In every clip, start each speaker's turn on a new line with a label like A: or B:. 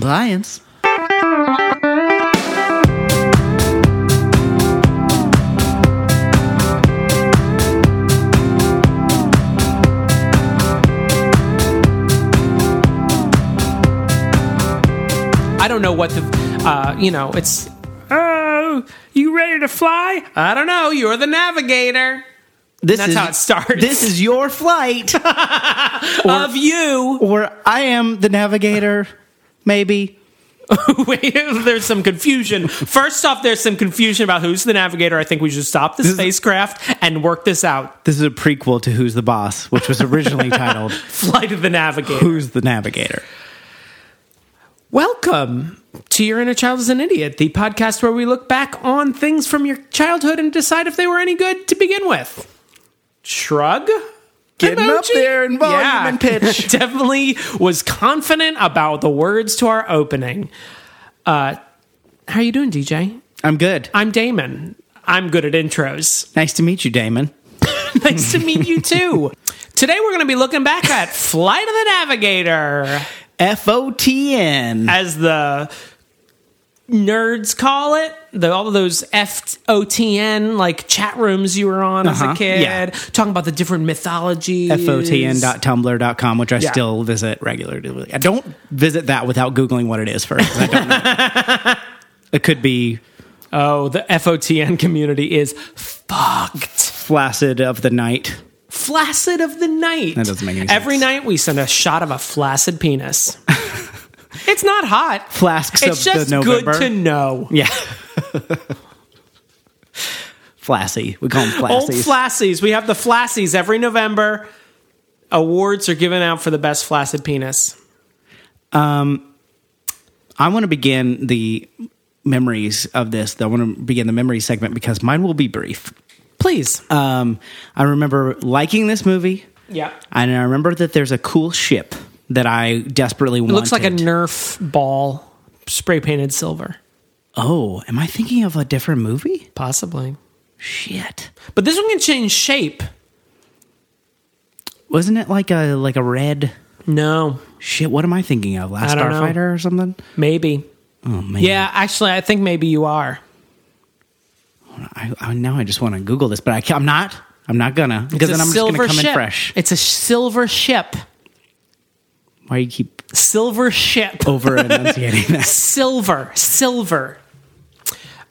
A: Compliance.
B: I don't know what the, uh, you know, it's, oh, you ready to fly? I don't know. You're the navigator
A: This
B: That's
A: is,
B: how it starts.
A: This is your flight,
B: of you.
A: or I am the navigator, maybe.
B: Wait, there's some confusion. First off, there's some confusion about who's the navigator. I think we should stop the spacecraft and work this out.
A: This is a prequel to Who's the Boss, which was originally titled
B: Flight of the navigator.
A: Who's the Navigator.
B: Welcome to Your Inner Child is an Idiot, the podcast where we look back on things from your childhood and decide if they were any good to begin with. Shrug.
A: Getting up
B: Emoji?
A: there in volume and pitch.
B: Definitely was confident about the words to our opening. Uh, how are you doing, DJ?
A: I'm good.
B: I'm Damon. I'm good at intros.
A: Nice to meet you, Damon.
B: Nice to meet you too. Today we're going to be looking back at Flight of the Navigator,
A: F O T N.
B: as the nerds call it. The, all of those FOTN like chat rooms you were on as
A: Uh-huh,
B: a kid,
A: yeah.
B: talking about the different mythologies.
A: FOTN.tumblr.com, which I
B: Yeah.
A: still visit regularly. I don't visit that without Googling what it is first. 'cause I don't know. it could be
B: Oh, the FOTN community is fucked.
A: Flaccid of the Night.
B: flaccid of the night.
A: That doesn't make any
B: Every
A: sense.
B: night we send a shot of a flaccid penis. it's not hot.
A: Flasks
B: It's
A: of
B: just
A: the
B: good
A: November.
B: to know.
A: yeah. Flassy. We call them
B: Old
A: flassies.
B: flassies. We have the flassies every November. Awards are given out for the best flaccid penis.
A: I want to begin the memories of this. though. I want to begin the memory segment because mine will be brief.
B: Please.
A: Um, I remember liking this movie.
B: yeah.
A: And I remember that there's a cool ship that I desperately wanted.
B: It looks like a Nerf ball spray painted silver.
A: Oh, am I thinking of a different movie?
B: Possibly.
A: Shit.
B: But this one can change shape.
A: Wasn't it like a like a red
B: No.
A: shit? What am I thinking of? Last
B: I don't know.
A: Starfighter or something?
B: Maybe.
A: Oh man.
B: Yeah, actually, I think maybe you are.
A: I, I now I just want to Google this, but I can't, I'm not. I'm not gonna because
B: It's
A: then
B: a
A: I'm just gonna
B: silver
A: come in
B: ship.
A: fresh.
B: It's a silver ship.
A: Why do you keep
B: Silver ship.
A: over enunciating that?
B: Silver. Silver.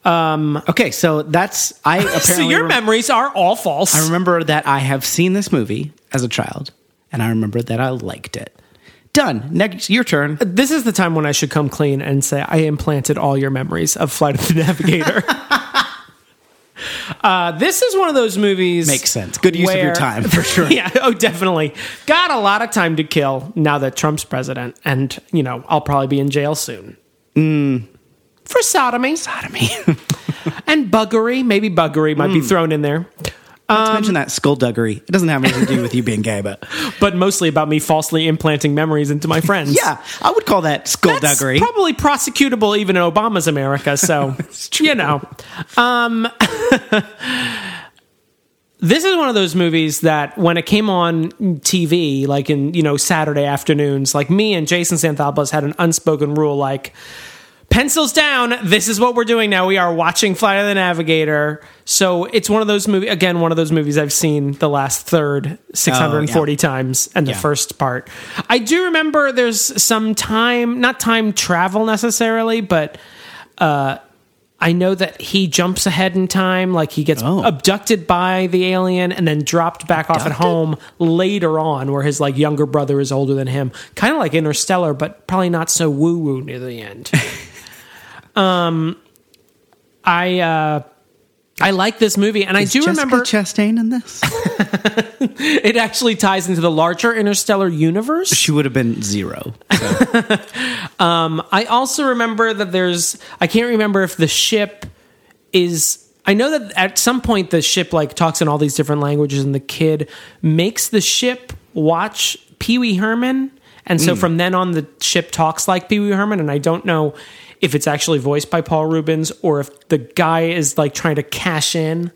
A: Okay, so that's I apparently
B: So your
A: rem-
B: memories are all false.
A: I remember that I have seen this movie as a child, and I remember that I liked it. Done. Next, your turn.
B: this is the time when I should come clean and say I implanted all your memories of Flight of the Navigator. uh, this is one of those movies.
A: Makes sense. Good use of your
B: where-
A: time, for sure.
B: yeah. Oh, definitely. Got a lot of time to kill now that Trump's president, and you know I'll probably be in jail soon. For sodomy
A: Sodomy.
B: and buggery, maybe buggery might be thrown in there.
A: Not to mention that skullduggery. It doesn't have anything to do with you being gay, but
B: but mostly about me falsely implanting memories into my friends.
A: yeah, I would call that
B: That's
A: skullduggery.
B: probably prosecutable even in Obama's America. So, you know. Um, this is one of those movies that when it came on TV, like in, you know, Saturday afternoons, like me and Jason Santhopoulos had an unspoken rule like, pencils down this is what we're doing now we are watching flight of the navigator so it's one of those movies again one of those movies i've seen the last third
A: Oh,
B: 640
A: yeah.
B: times and the
A: Yeah.
B: first part i do remember there's some time not time travel necessarily but uh I know that he jumps ahead in time, like he gets
A: Oh.
B: abducted by the alien and then dropped back off at
A: Abducted?
B: home later on, where his like younger brother is older than him, kind of like Interstellar, but probably not so woo woo near the end. Um, I uh, I like this movie, and I do
A: Jessica
B: remember
A: Chastain in this?
B: it actually ties into the larger interstellar universe.
A: she would have been zero.
B: I also remember that there's I can't remember if the ship is. I know that at some point the ship like talks in all these different languages, and the kid makes the ship watch Pee Wee Herman, and so from then on the ship talks like Pee Wee Herman, and I don't know if it's actually voiced by Paul Rubens or if the guy is like trying to cash in.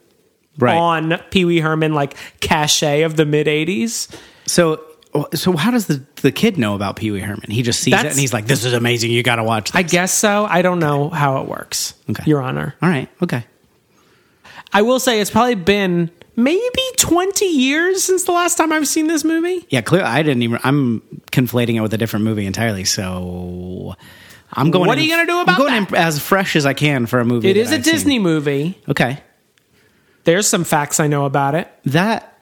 A: Right.
B: on Pee Wee Herman like cachet of the mid '80s.
A: So So how does the, the kid know about Pee Wee Herman? He just sees it
B: That's-
A: and he's like, "This is amazing. You got to watch." This.
B: I guess so. I don't know how it works,
A: Okay.
B: Your Honor.
A: All right. Okay.
B: I will say it's probably been maybe 20 years since the last time I've seen this movie.
A: Yeah. Clear. I didn't even. I'm conflating it with a different movie entirely. So I'm going.
B: What are you gonna do about
A: I'm going in as fresh as I can for a movie.
B: It
A: that
B: is a
A: I've seen.
B: Disney movie.
A: Okay.
B: There's some facts I know about it.
A: That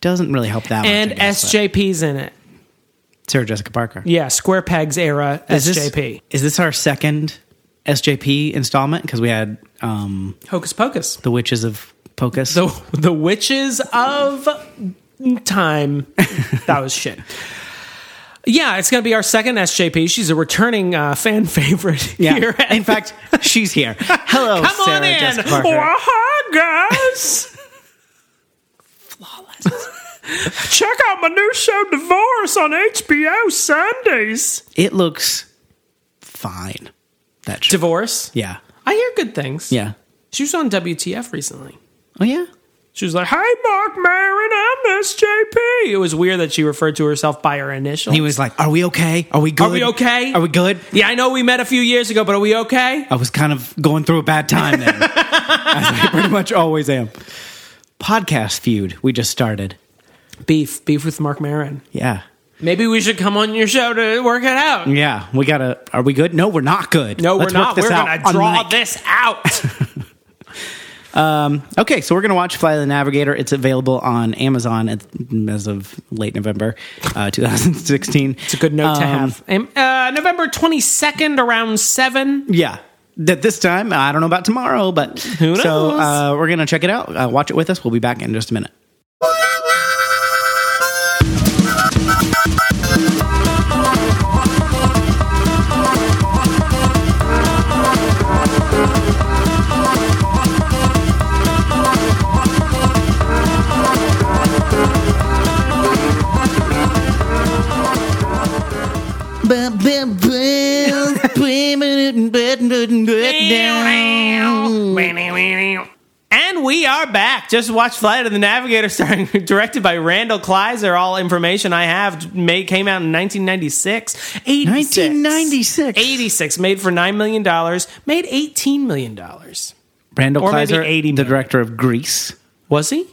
A: doesn't really help that.
B: And
A: much, I guess, but-
B: SJP's in it.
A: Sarah Jessica Parker.
B: Yeah, Square Peg's era
A: Is this-
B: SJP.
A: Is this our second SJP installment? Because we had um,
B: Hocus Pocus.
A: the Witches of Pocus.
B: The the witches of time. That was shit. Yeah, it's going to be our second SJP. She's a returning uh, fan favorite
A: Yeah.
B: here. at-
A: In fact, she's here. Hello,
B: come
A: Sarah
B: on in. Oh,
A: Jessica Parker.
B: Well, hi, guys. Flawless. Check out my new show, Divorce, on HBO Sundays.
A: It looks fine. That show.
B: Divorce?
A: yeah,
B: I hear good things.
A: yeah.
B: She was on WTF recently.
A: Oh yeah.
B: She was like, "Hey, Mark Maron, I'm SJP." It was weird that she referred to herself by her initial.
A: He was like, "Are we okay? Are we good?
B: Are we okay?
A: Are we good?"
B: yeah, I know we met a few years ago, but are we okay?
A: I was kind of going through a bad time there, as I pretty much always am. Podcast feud we just started.
B: Beef, beef with Mark Maron.
A: Yeah,
B: Maybe we should come on your show to work it out.
A: yeah. We gotta. Are we good? No, we're not good.
B: No,
A: Let's
B: we're
A: work
B: not.
A: this
B: We're
A: out
B: gonna
A: on
B: draw
A: mic.
B: this out.
A: Okay, so we're going to watch Fly the Navigator. It's available on Amazon at, as of late November uh, 2016.
B: It's a good note to have. Um, uh, November 22nd, around 7.
A: Yeah. That this time, I don't know about tomorrow, but
B: Who
A: So
B: knows?
A: uh, we're going to check it out. Uh, watch it with us. We'll be back in just a minute.
B: And we are back. Just watch Flight of the Navigator, starring directed by Randall Kleiser. All information I have may, came out in 1996. 86.
A: 1996.
B: 86. Made for $9 million. Made $18 million.
A: Randall
B: Or maybe
A: Kleiser,
B: 80
A: the director of Grease.
B: Was he?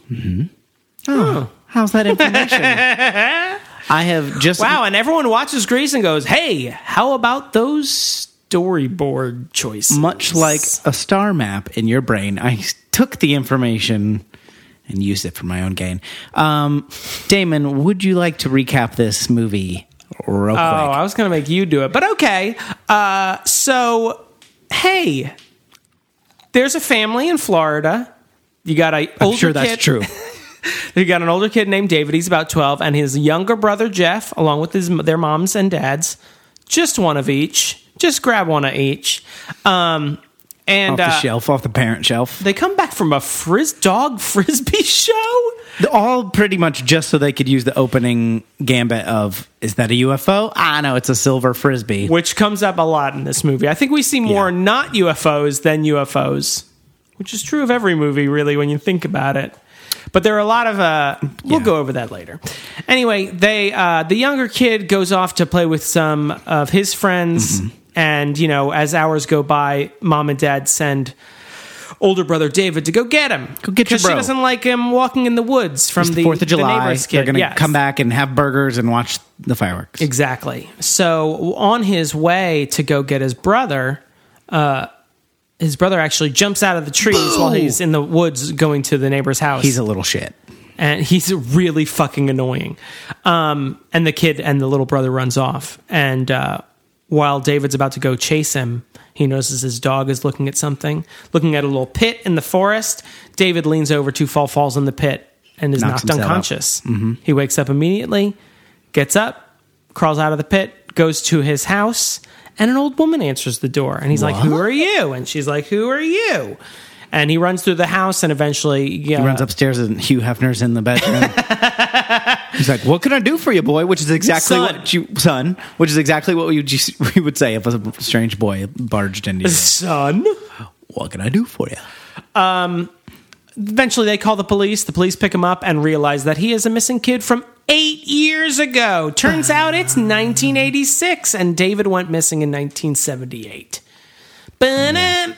A: Oh, how's that information? I have just
B: Wow. And everyone watches Grease and goes, hey, how about those storyboard choices?
A: much like a star map in your brain, I took the information and used it for my own gain. Um, Damon, would you like to recap this movie real
B: Oh,
A: quick?
B: I was gonna make you do it, but okay. Uh, so, hey, there's a family in Florida. You got a
A: I'm
B: older
A: sure that's
B: kid-
A: true.
B: You got an older kid named David. He's about twelve, and his younger brother Jeff, along with his their moms and dads, just one of each. Just grab one of each. Um, and
A: off the
B: uh,
A: shelf, off the parent shelf.
B: they come back from a frizz dog frisbee show.
A: They're All pretty much just so they could use the opening gambit of is that a UFO? Ah, no, it's a silver frisbee.
B: which comes up a lot in this movie. I think we see more
A: Yeah.
B: not UFOs than UFOs, which is true of every movie, really, when you think about it. But there are a lot of. Uh, we'll
A: Yeah.
B: go over that later. Anyway, they uh, the younger kid goes off to play with some of his friends,
A: Mm-hmm.
B: and you know, as hours go by, mom and dad send older brother David to go get him.
A: Go get your
B: 'Cause
A: bro.
B: She doesn't like him walking in the woods from
A: It's
B: the
A: the Fourth of
B: the
A: July.
B: neighbor's kid.
A: They're going to
B: Yes.
A: come back and have burgers and watch the fireworks.
B: Exactly. So on his way to go get his brother, uh, his brother actually jumps out of the trees while he's in the woods going to the neighbor's house.
A: He's a little shit.
B: and he's really fucking annoying. Um, and the kid and the little brother runs off. And uh, while David's about to go chase him, he notices his dog is looking at something, looking at a little pit in the forest. David leans over to fall, falls in the pit, and is
A: Knocks himself
B: knocked
A: out. Mm-hmm.
B: unconscious. He wakes up immediately, gets up, crawls out of the pit, goes to his house, and an old woman answers the door. And he's like, Who are you? And she's like, Who are you? And he runs through the house and eventually uh, yeah,
A: runs upstairs and Hugh Hefner's in the bedroom. He's like, "What can I do for you, boy?" Which is exactly
B: Son.
A: what you son, which is exactly what you just, we would say if a strange boy barged into you.
B: son.
A: what can I do for you?
B: Eventually, they call the police. The police pick him up and realize that he is a missing kid from eight years ago. Turns out it's 1986, and David went missing in 1978. Ba-dum, ba-dum.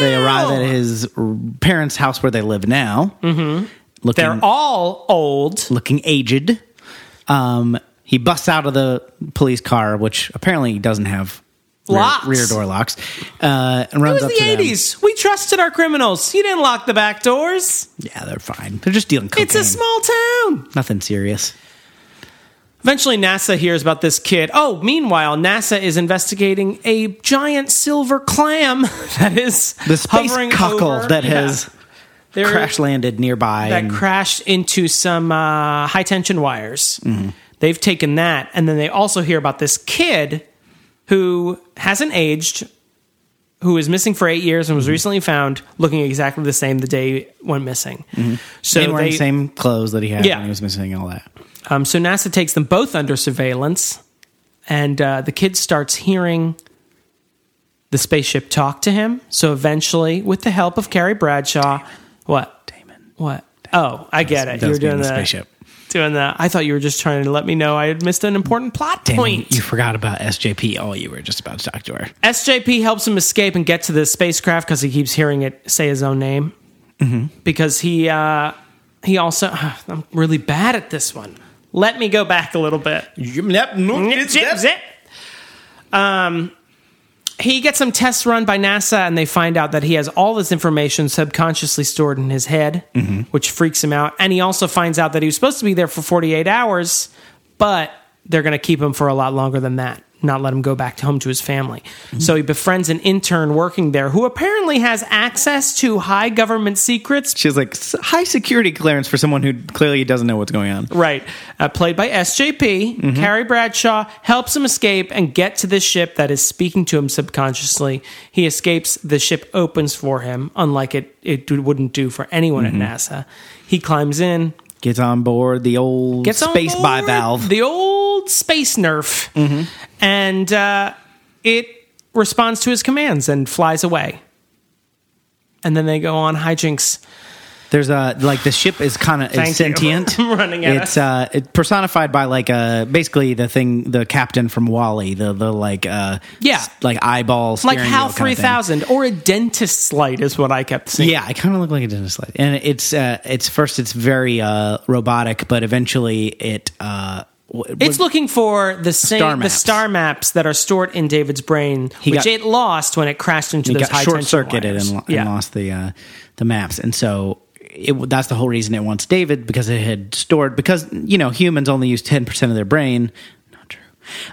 A: They arrive at his r- parents' house where they live now. Mm-hmm. Looking,
B: They're all old.
A: looking aged. Um, he busts out of the police car, which apparently doesn't have rear-
B: Locks.
A: Rear, door locks, uh, and
B: It
A: runs
B: was
A: up
B: the
A: to them.
B: 80s. We trusted our criminals. You didn't lock the back doors.
A: Yeah, they're fine. They're just dealing cocaine.
B: It's a small town.
A: Nothing serious.
B: Eventually, NASA hears about this kid. Oh, meanwhile, NASA is investigating a giant silver clam that is
A: The space
B: hovering
A: cockle
B: over-
A: that
B: Yeah.
A: has
B: There-
A: crash landed nearby.
B: that
A: and-
B: crashed into some uh, high tension wires.
A: Mm-hmm.
B: They've taken that, and then they also hear about this kid who hasn't aged, who is missing for eight years
A: Mm-hmm.
B: and was recently found looking exactly the same the day went missing.
A: Mm-hmm.
B: So
A: and wearing
B: they,
A: the same clothes that he had
B: Yeah.
A: when he was missing all that.
B: Um, so NASA takes them both under surveillance, and uh, the kid starts hearing the spaceship talk to him. So eventually, with the help of Carrie Bradshaw, what?
A: Damon.
B: What? Oh, I get it.
A: That
B: You're
A: was being
B: doing
A: the
B: the
A: spaceship.
B: Doing that. I thought you were just trying to let me know I had missed an important plot
A: Damon,
B: point.
A: you forgot about SJP. All you were just about to talk to her.
B: SJP helps him escape and get to the spacecraft because he keeps hearing it say his own name.
A: Mm-hmm.
B: Because he uh, he also I'm really bad at this one. Let me go back a little bit. Zip, zip. Um, he gets some tests run by NASA, and they find out that he has all this information subconsciously stored in his head, which freaks him out. And he also finds out that he was supposed to be there for 48 hours, but they're going to keep him for a lot longer than that, not let him go back to home to his family. So he befriends an intern working there who apparently has access to high government secrets.
A: She has like s- high security clearance for someone who clearly doesn't know what's going on.
B: Right. Uh, played by SJP,
A: Mm-hmm.
B: Carrie Bradshaw helps him escape and get to the ship that is speaking to him subconsciously. He escapes, the ship opens for him, unlike it, it wouldn't do for anyone
A: Mm-hmm.
B: at NASA. He climbs in,
A: Gets on board the old
B: gets on
A: space
B: board
A: bivalve. Mm-hmm.
B: the old space nerf, and uh, it responds to his commands and flies away. And then they go on hijinks.
A: There's a like the ship is kind of
B: Thank you.
A: is sentient.
B: I'm running out of-
A: It's uh, it personified by like uh, basically the thing, the captain from Wally, the the like uh,
B: Yeah.
A: s- like eyeball, steering
B: Like HAL
A: wheel kind of thing.
B: 3000 or a dentist's light is what I kept seeing.
A: Yeah, I kind of look like a dentist light. And it's uh, it's first it's very uh, robotic, but eventually it uh, w-
B: It's looking for the same
A: Star
B: the
A: maps.
B: star maps that are stored in David's brain, which
A: got-
B: it lost when it crashed into
A: it
B: those
A: got
B: high
A: short circuited
B: wires.
A: and, lo-
B: yeah.
A: and lost the uh, the maps, and so. It, w- that's the whole reason it wants David because it had stored because you know humans only use ten percent of their brain. Not true.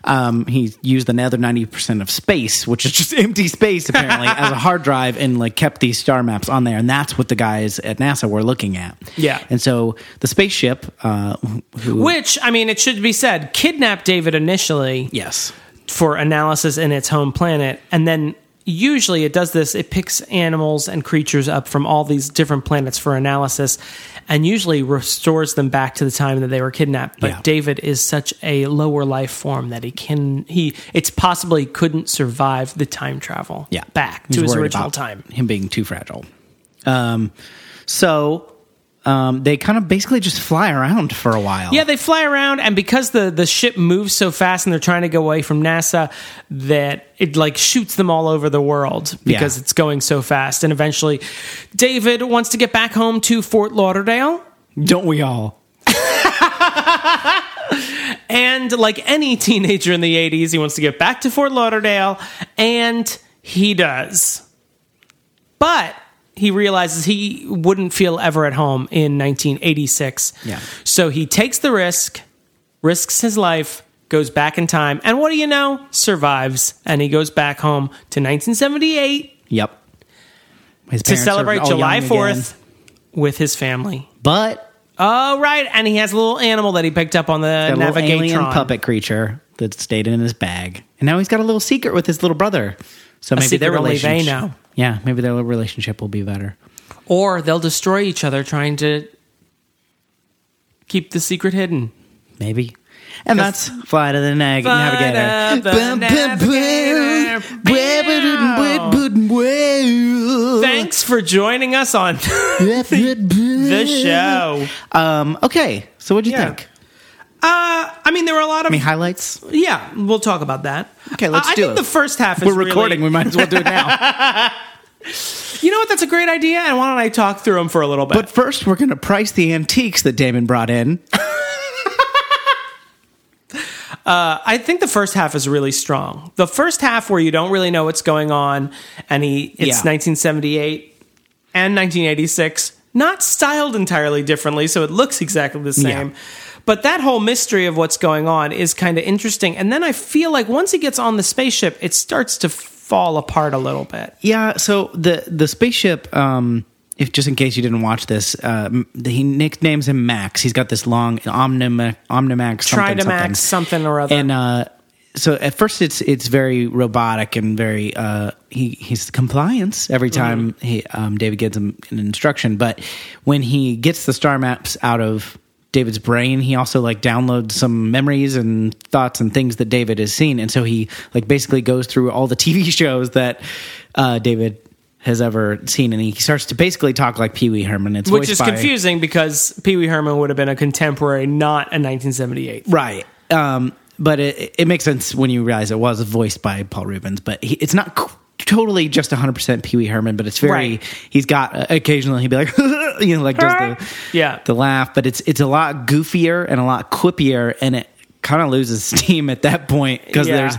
A: Um, he used another ninety percent of space, which is just empty space apparently, as a hard drive, and like kept these star maps on there, and that's what the guys at NASA were looking at.
B: Yeah.
A: and so the spaceship, uh, who,
B: Which I mean, it should be said, kidnapped David initially
A: yes,
B: for analysis in its home planet, and then usually it does this. It picks animals and creatures up from all these different planets for analysis, and usually restores them back to the time that they were kidnapped. But
A: Yeah.
B: David is such a lower life form that he can he it's possible he couldn't survive the time travel.
A: yeah
B: back
A: He's
B: to his
A: worried
B: original
A: about
B: time.
A: him being too fragile um so um they kind of basically just fly around for a while
B: Yeah, they fly around, and because the the ship moves so fast, and they're trying to go away from NASA, that it like shoots them all over the world because
A: Yeah.
B: it's going so fast. And eventually, David wants to get back home to Fort Lauderdale,
A: don't we all
B: and like any teenager in the '80s, he wants to get back to Fort Lauderdale, and he does. But he realizes he wouldn't feel ever at home in 1986.
A: Yeah.
B: So he takes the risk, risks his life, goes back in time, and what do you know? Survives, and he goes back home to 1978
A: yep His parents
B: to
A: are
B: celebrate
A: all
B: July
A: young again.
B: 4th with his family.
A: but
B: Oh, right. And he has a little animal that he picked up on the
A: a little alien
B: Navigatron.
A: puppet creature that stayed in his bag and now he's got a little secret with his little brother so maybe
B: secret
A: their
B: only they
A: relationship
B: know.
A: yeah maybe their little relationship will be better
B: Or they'll destroy each other trying to keep the secret hidden.
A: Maybe. And that's Fly to the Nag-
B: Fly
A: Navigator.
B: to the
A: Bum, bum, bum.
B: Navigator.
A: Wah, ba, dum, wah, ba, dum, wah.
B: Thanks for joining us on the
A: the
B: show.
A: Um, okay, so what'd you
B: Yeah.
A: think?
B: Uh, I mean, there were a lot of
A: Any highlights?
B: yeah. We'll talk about that. Uh,
A: Okay, let's
B: I, I
A: do
B: think
A: it.
B: the first half is
A: We're recording.
B: really-
A: We might as well do it now.
B: you know what? That's a great idea, and why don't I talk through them for a little bit?
A: but first, we're going to price the antiques that Damon brought in.
B: I think the first half is really strong. The first half where you don't really know what's going on, and he it's
A: Yeah.
B: 1978 and 1986, not styled entirely differently, so it looks exactly the same.
A: Yeah.
B: But that whole mystery of what's going on is kind of interesting. And then I feel like once he gets on the spaceship, it starts to fall apart a little bit.
A: Yeah. So the the spaceship. Um, if just in case you didn't watch this, uh, m- he nicknames him Max. He's got this long Omnimax, Omnimax, something,
B: Tridomax, something or other.
A: And uh, so at first, it's it's very robotic and very uh, he he's compliance every
B: Mm-hmm.
A: time he um, David gives him an instruction. But when he gets the star maps out of David's brain, he also like downloads some memories and thoughts and things that David has seen, and so he like basically goes through all the TV shows that uh, David has ever seen, and he starts to basically talk like Pee Wee Herman. It's
B: which
A: voiced
B: is
A: by-
B: confusing because Pee Wee Herman would have been a contemporary, not a 1978.
A: Right. Um, but it, it makes sense when you realize it was voiced by Paul Rubens, but he, it's not c- totally just 100% Pee Wee Herman, but it's very,
B: Right.
A: he's got, uh, occasionally he'd be like, you know, like does the,
B: Yeah.
A: the laugh, but it's, it's a lot goofier and a lot quippier and it kind of loses steam at that point because
B: Yeah.
A: there's,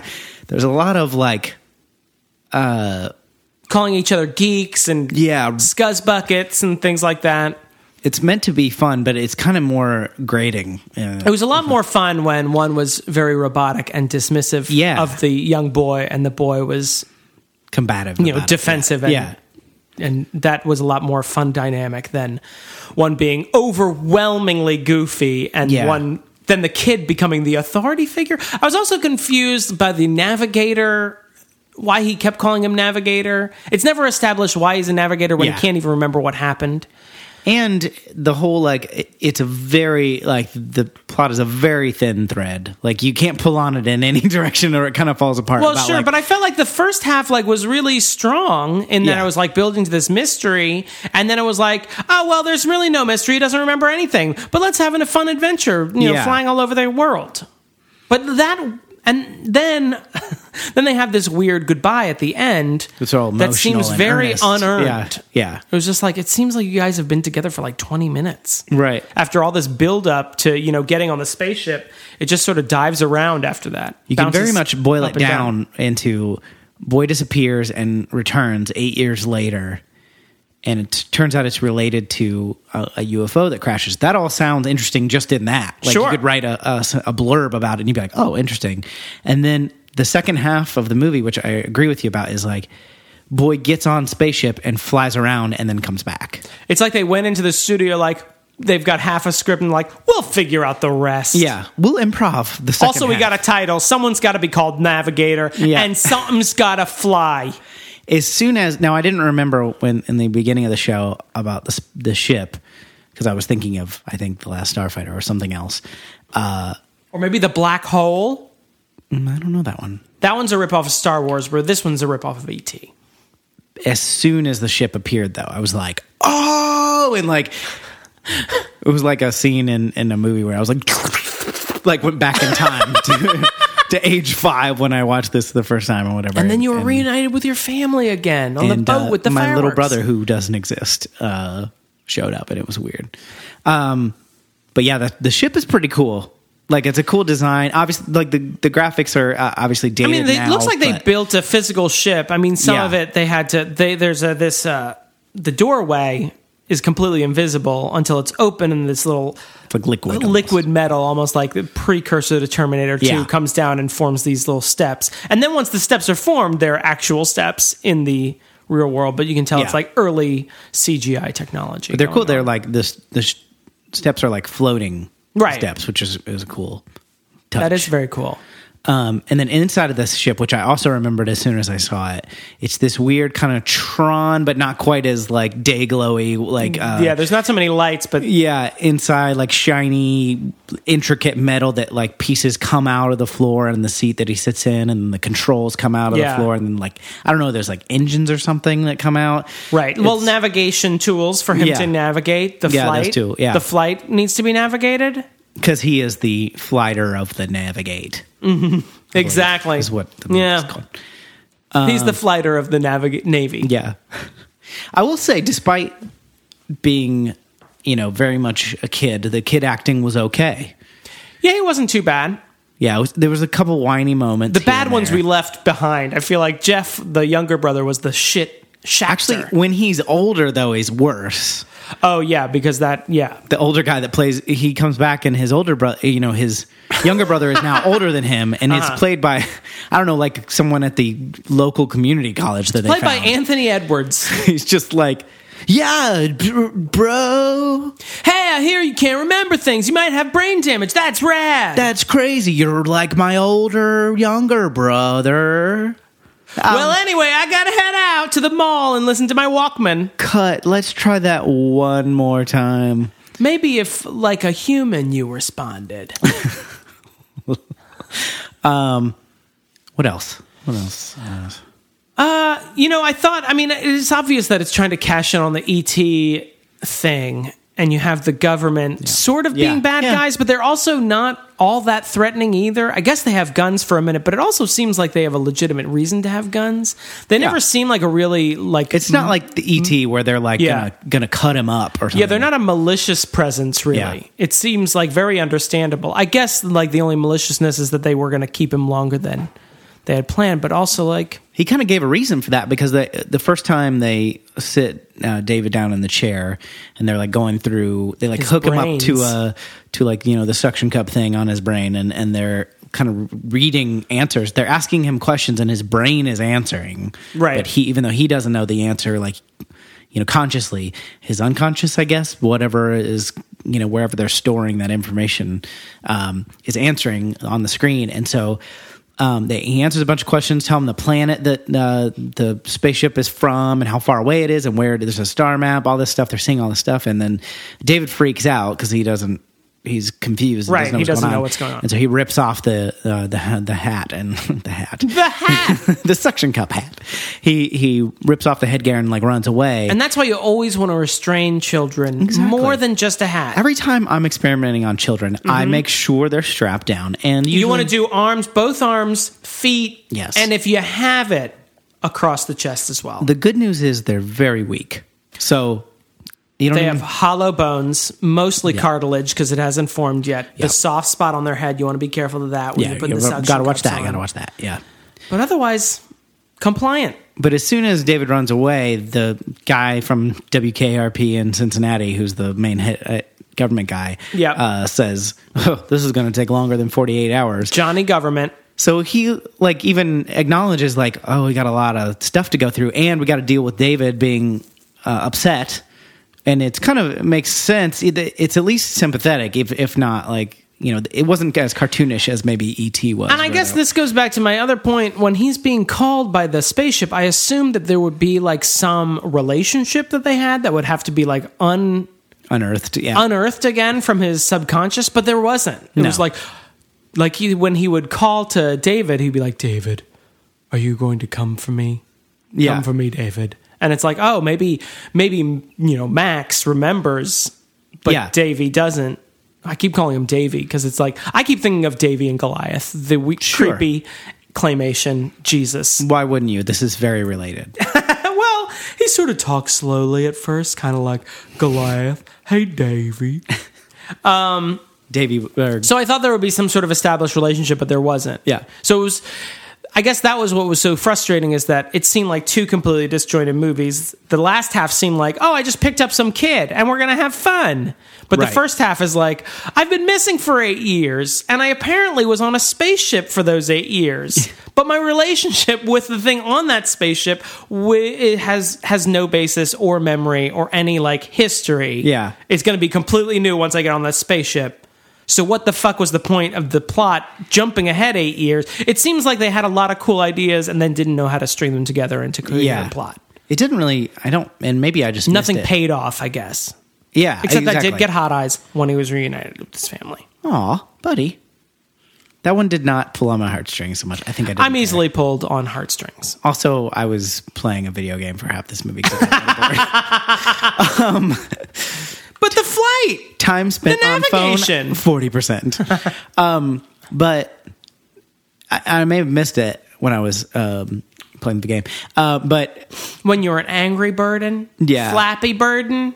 A: there's a lot of like,
B: Calling each other geeks and
A: yeah,
B: scuzz buckets and things like that.
A: it's meant to be fun, but it's kind of more grating. Uh,
B: It was a lot more fun when one was very robotic and dismissive
A: Yeah.
B: of the young boy, and the boy was
A: combative.
B: you know
A: about it.
B: defensive. And,
A: Yeah.
B: and that was a lot more fun dynamic than one being overwhelmingly goofy and
A: Yeah.
B: one than the kid becoming the authority figure. I was also confused by the navigator. Why he kept calling him navigator? It's never established why he's a navigator when
A: Yeah.
B: he can't even remember what happened.
A: and the whole like it- it's a very like the plot is a very thin thread like you can't pull on it in any direction or it kind of falls apart
B: Well,
A: about,
B: sure,
A: like-
B: but I felt like the first half like was really strong, and then
A: Yeah.
B: I was like building to this mystery, and then it was like, oh well, there's really no mystery. He doesn't remember anything, but let's have a fun adventure, you know,
A: Yeah.
B: flying all over the world. But that, and then, then they have this weird goodbye at the end.
A: it's all
B: that
A: emotional
B: seems
A: and
B: very
A: earnest.
B: unearned.
A: yeah,
B: It was just like it seems like you guys have been together for like 20 minutes.
A: yeah. right
B: After all this build up to, you know, getting on the spaceship, it just sort of dives around after that.
A: you can very
B: Bounces
A: much boil
B: up
A: it
B: and
A: down, into boy disappears and returns eight years later and it turns out it's related to a, a UFO that crashes. That all sounds interesting just in that. Like
B: Sure.
A: you could write a, a s- a blurb about it and you'd be like, oh, interesting. And then the second half of the movie, which I agree with you about, is like, boy gets on spaceship and flies around and then comes back.
B: It's like they went into the studio like they've got half a script and like we'll figure out the rest.
A: Yeah. We'll improv the second
B: Also, we
A: half.
B: got a title. Someone's got to be called Navigator,
A: Yeah.
B: and something's got to fly.
A: as soon as now I didn't remember when in the beginning of the show about the s- the ship because I was thinking of I think the last Starfighter or something else. Uh,
B: Or maybe the black hole.
A: mm, I don't know that one.
B: That one's a ripoff of Star Wars, where this one's a ripoff of E ET.
A: As soon as the ship appeared, though, I was like, oh, and like it was like a scene in in a movie where I was like, like went back in time to to age five when I watched this the first time or whatever.
B: And then you were reunited with your family again on the
A: and,
B: boat
A: uh,
B: with the
A: my little
B: fireworks.
A: brother who doesn't exist uh, showed up and it was weird um, but yeah the, the ship is pretty cool like it's a cool design obviously like the, the graphics are uh, obviously
B: I
A: dated
B: mean, they- it
A: now,
B: looks like they
A: but-
B: built a physical ship. I mean, some
A: Yeah.
B: of it they had to. They, there's a this uh, the doorway is completely invisible until it's open, and this little
A: it's like liquid almost.
B: liquid metal, almost like the precursor to Terminator 2,
A: Yeah.
B: comes down and forms these little steps. And then once the steps are formed, they're actual steps in the real world, but you can tell it's
A: Yeah.
B: like early CGI technology.
A: they're
B: going
A: cool
B: on.
A: they're like this the sh- steps are like floating
B: Right.
A: steps which is is cool touch.
B: That is very cool.
A: Um, and then inside of this ship, which I also remembered as soon as I saw it, it's this weird kind of Tron, but not quite as like day glowy. Like uh,
B: yeah, there's not so many lights, but
A: yeah, inside like shiny, intricate metal that like pieces come out of the floor and the seat that he sits in, and the controls come out of
B: Yeah.
A: the floor, and then like I don't know, there's like engines or something that come out.
B: right. Well,
A: It's-
B: navigation tools for him
A: Yeah.
B: to navigate the
A: Yeah, those
B: flight.
A: too, yeah.
B: The flight needs to be navigated.
A: because he is the flighter of the navigate.
B: Exactly.
A: is what the movie is
B: Yeah.
A: called. Uh,
B: He's the flighter of the navig- navy.
A: Yeah, I will say, despite being you know very much a kid, the kid acting was okay.
B: Yeah, he wasn't too bad.
A: Yeah, it was, there was a couple whiny moments.
B: The
A: here
B: bad
A: and
B: ones
A: there.
B: we left behind. I feel like Jeff, the younger brother, was the shit shafter.
A: actually when he's older though he's worse.
B: oh yeah, because that yeah.
A: The older guy that plays he comes back and his older brother, you know, his younger brother is now older than him, and
B: Uh-huh.
A: it's played by I don't know like someone at the local community college that
B: Played
A: they
B: by
A: found.
B: Anthony Edwards.
A: He's just like. Yeah, br- bro.
B: hey, I hear you can't remember things. You might have brain damage. That's rad.
A: That's crazy. You're like my older, younger brother. Um,
B: well, anyway, I gotta head out to the mall and listen to my Walkman.
A: Cut. Let's try that one more time.
B: Maybe if, like a human, you responded.
A: What else? What else? What else?
B: Uh, you know, I thought, I mean, it's obvious that it's trying to cash in on the ET thing, and you have the government sort of
A: Yeah.
B: being bad
A: Yeah.
B: guys, but they're also not all that threatening either. I guess they have guns for a minute, but it also seems like they have a legitimate reason to have guns. They never seem like a really, like,
A: It's not like the ET where they're like
B: Mm-hmm. Yeah.
A: gonna, gonna cut him up or something.
B: Yeah, they're not a malicious presence, really.
A: Yeah.
B: It seems like very understandable. I guess like the only maliciousness is that they were going to keep him longer than they had planned, but also like
A: He kind of gave a reason for that because the the first time they sit uh, David down in the chair and they're like going through, they like hook him up to
B: brains.
A: a to like you know the suction cup thing on his brain and and they're kind of reading answers. They're asking him questions and his brain is answering.
B: Right.
A: But he even though he doesn't know the answer, like you know consciously, his unconscious, I guess, whatever is you know wherever they're storing that information um, is answering on the screen, and so. Um, they, he answers a bunch of questions, tell him the planet that uh, the spaceship is from and how far away it is and where it- there's a star map, all this stuff. They're seeing all this stuff. And then David freaks out because he doesn't, he's confused. and
B: Right, he doesn't know
A: on.
B: what's going on.
A: And so he rips off the, uh, the, the hat and the hat,
B: the hat.
A: the suction cup hat. He, he rips off the headgear and like runs away.
B: and that's why you always want to restrain children more than just a hat.
A: Every time I'm experimenting on children, I make sure they're strapped down. And
B: Mm-hmm. you want to
A: usually-
B: do arms, both arms, feet,
A: Yes.
B: and if you have it, across the chest as well.
A: the good news is they're very weak. So you don't
B: they
A: even-
B: have hollow bones, mostly cartilage because it hasn't formed yet. The soft spot on their head, you want to be careful of that when
A: yeah,
B: you put the
A: yeah,
B: suction
A: gotta watch
B: cups
A: that.
B: on.
A: Gotta watch that. Yeah.
B: But otherwise, compliant.
A: But as soon as David runs away, the guy from WKRP in Cincinnati, who's the main he- uh, government guy,
B: Yep.
A: uh, says, oh, "This is going to take longer than forty-eight hours."
B: Johnny government.
A: So he like even acknowledges, like, "Oh, we got a lot of stuff to go through, and we got to deal with David being uh, upset." And it's kind of it makes sense. It- It's at least sympathetic, if if not like you know, it wasn't as cartoonish as maybe ET was.
B: And I
A: where
B: guess
A: they're-
B: this goes back to my other point. When he's being called by the spaceship, I assumed that there would be like some relationship that they had that would have to be like un
A: unearthed, yeah,
B: unearthed again from his subconscious, but there wasn't. It
A: No.
B: was like like he when he would call to David, he'd be like, David, are you going to come for me?
A: yeah.
B: Come for me, David. And it's like, oh, maybe maybe you know, Max remembers but
A: Yeah.
B: Davy doesn't. I keep calling him Davy because it's like I keep thinking of Davy and Goliath, the we-
A: Sure.
B: creepy claymation Jesus.
A: Why wouldn't you? This is very related.
B: well, he sort of talks slowly at first, kind of like Goliath. Hey, Davy. uh,
A: Davey, or,
B: So I thought there would be some sort of established relationship, but there wasn't.
A: Yeah.
B: So it was. I guess that was what was so frustrating is that it seemed like two completely disjointed movies. The last half seemed like, oh, I just picked up some kid and we're going to have fun. But
A: Right.
B: the first half is like, I've been missing for eight years and I apparently was on a spaceship for those eight years. but my relationship with the thing on that spaceship wi- it has, has no basis or memory or any like history.
A: Yeah.
B: It's going to be completely new once I get on that spaceship. So what the fuck was the point of the plot jumping ahead eight years? It seems like they had a lot of cool ideas and then didn't know how to string them together into creating
A: yeah.
B: a plot.
A: It didn't really. I don't. And maybe I just missed
B: Nothing
A: it.
B: paid off, I guess.
A: Yeah,
B: Except I did
A: exactly.
B: get hot eyes when he was reunited with his family.
A: Aw, buddy. That one did not pull on my heartstrings so much. I think I did.
B: I'm easily pulled on heartstrings.
A: Also, I was playing a video game for half this movie. 'cause I got bored.
B: But the flight.
A: Time spent
B: The
A: on phone
B: navigation.
A: forty percent. um, but I, I may have missed it when I was um, playing the game. Uh, but
B: When you're an angry burden,
A: Yeah.
B: flappy burden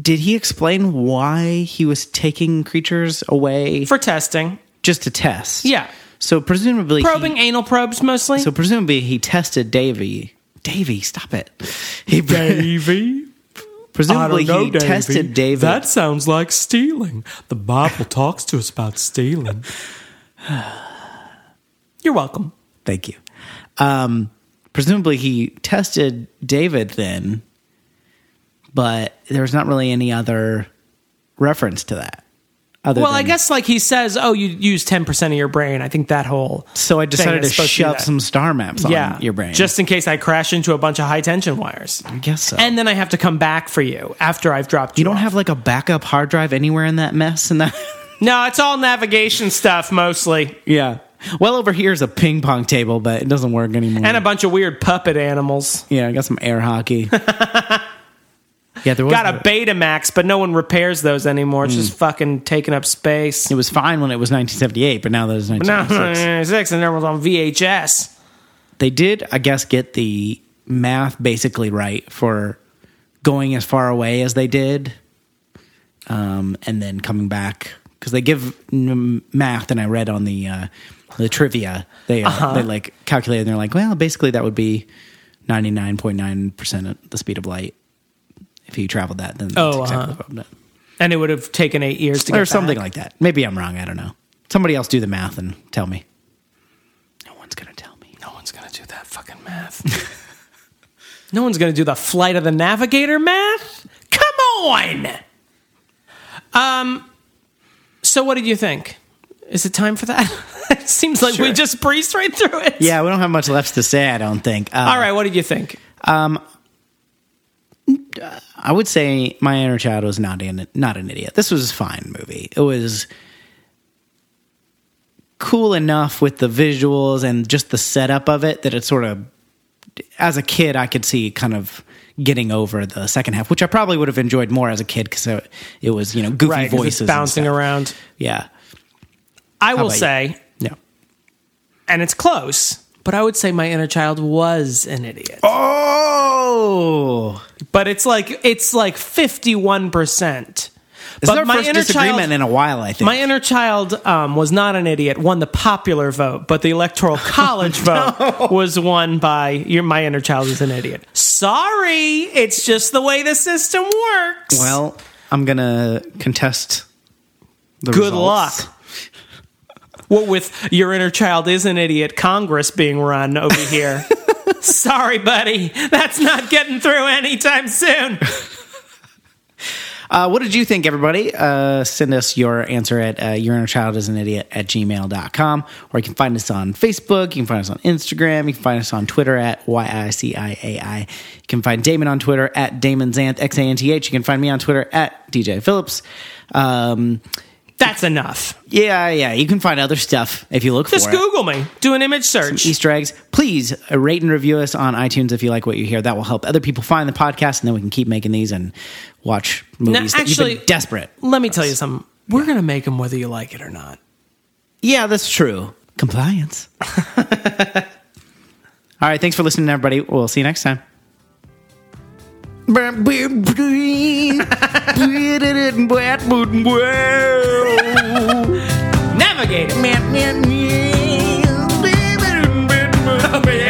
A: did he explain why he was taking creatures away
B: for testing,
A: just to test?
B: Yeah.
A: So presumably he-
B: probing anal probes mostly.
A: so presumably he tested Davy. Davy, stop it. He
B: Davy,
A: Presumably, he tested David.
B: sounds like stealing. The Bible talks to us about stealing. You're welcome.
A: Thank you. Um, presumably, he tested David then, but there was not really any other reference to that. Other
B: Well,
A: than,
B: I guess like he says, oh, you use ten percent of your brain. I think that whole
A: so. I decided
B: thing
A: to
B: is supposed to be
A: shove
B: that.
A: some star maps on
B: yeah
A: your brain.
B: just in case I crash into a bunch of high tension wires.
A: I guess so.
B: And then I have to come back for you after I've dropped you.
A: you don't have like a backup hard drive anywhere in that mess. And that
B: no, it's all navigation stuff mostly,
A: yeah. Well, over here is a ping pong table, but it doesn't work anymore.
B: and a bunch of weird puppet animals.
A: yeah, I got some air hockey. yeah, there was
B: Got a Betamax, but no one repairs those anymore. It's
A: Mm.
B: just fucking taking up space.
A: It was fine when it was 1978, but now that it's
B: No,
A: 1996.
B: six, and everyone's on VHS.
A: They did, I guess, get the math basically right for going as far away as they did um, and then coming back. Because they give n- math, and I read on the uh, the trivia, they, uh,
B: Uh-huh.
A: they like calculated, and they're like, well, basically that would be 99.9% of the speed of light. If you traveled that, then that's
B: Oh,
A: exactly
B: uh-huh.
A: what I'm
B: And it would have taken eight years to get
A: or something
B: back.
A: like that. Maybe I'm wrong. I don't know. Somebody else do the math and tell me. No one's gonna tell me.
B: No one's gonna do that fucking math. no one's gonna do the flight of the navigator math. Come on. Um. So, what did you think? Is it time for that? it seems like we
A: Sure.
B: just breezed right through it.
A: Yeah, we don't have much left to say. I don't think. Uh,
B: All right. What did you think?
A: I would say my inner child was not an not an idiot. This was a fine movie. It was cool enough with the visuals and just the setup of it that it sort of as a kid I could see kind of getting over the second half, which I probably would have enjoyed more as a kid because it, it was you know goofy
B: 'cause
A: voices
B: it's
A: and
B: bouncing
A: stuff.
B: around.
A: Yeah,
B: I will
A: about you?
B: say,
A: yeah.
B: and it's close, but I would say my inner child was an idiot.
A: Oh,
B: but it's like it's like 51%.
A: this is our first disagreement in a while. I think.
B: my inner child um, was not an idiot. Won the popular vote, but the electoral college vote was won by your. My inner child is an idiot. Sorry, it's just the way the system works.
A: well, I'm gonna contest. The
B: good
A: results.
B: luck. What with your inner child is an idiot Congress being run over here. Sorry, buddy, that's not getting through anytime soon.
A: Uh, what did you think, everybody? Uh, send us your answer at uh, your inner child is an idiot at gmail.com, or you can find us on Facebook, you can find us on Instagram, you can find us on Twitter at YICIAI. You can find Damon on Twitter at Damon Xanth, X A N T H. You can find me on Twitter at DJ Phillips. Um,
B: That's enough.
A: yeah, yeah, you can find other stuff if you look
B: Just
A: for it.
B: Google me. Do an image search.
A: Easter eggs. Please uh, rate and review us on iTunes if you like what you hear. That will help other people find the podcast, and then we can keep making these and watch movies. that you've been
B: actually-
A: desperate.
B: Let me tell you something. We're going to make them whether you like it or not.
A: Yeah, that's true. Compliance. All right. Thanks for listening, everybody. We'll see you next time.
B: Navigate it.
A: Yeah.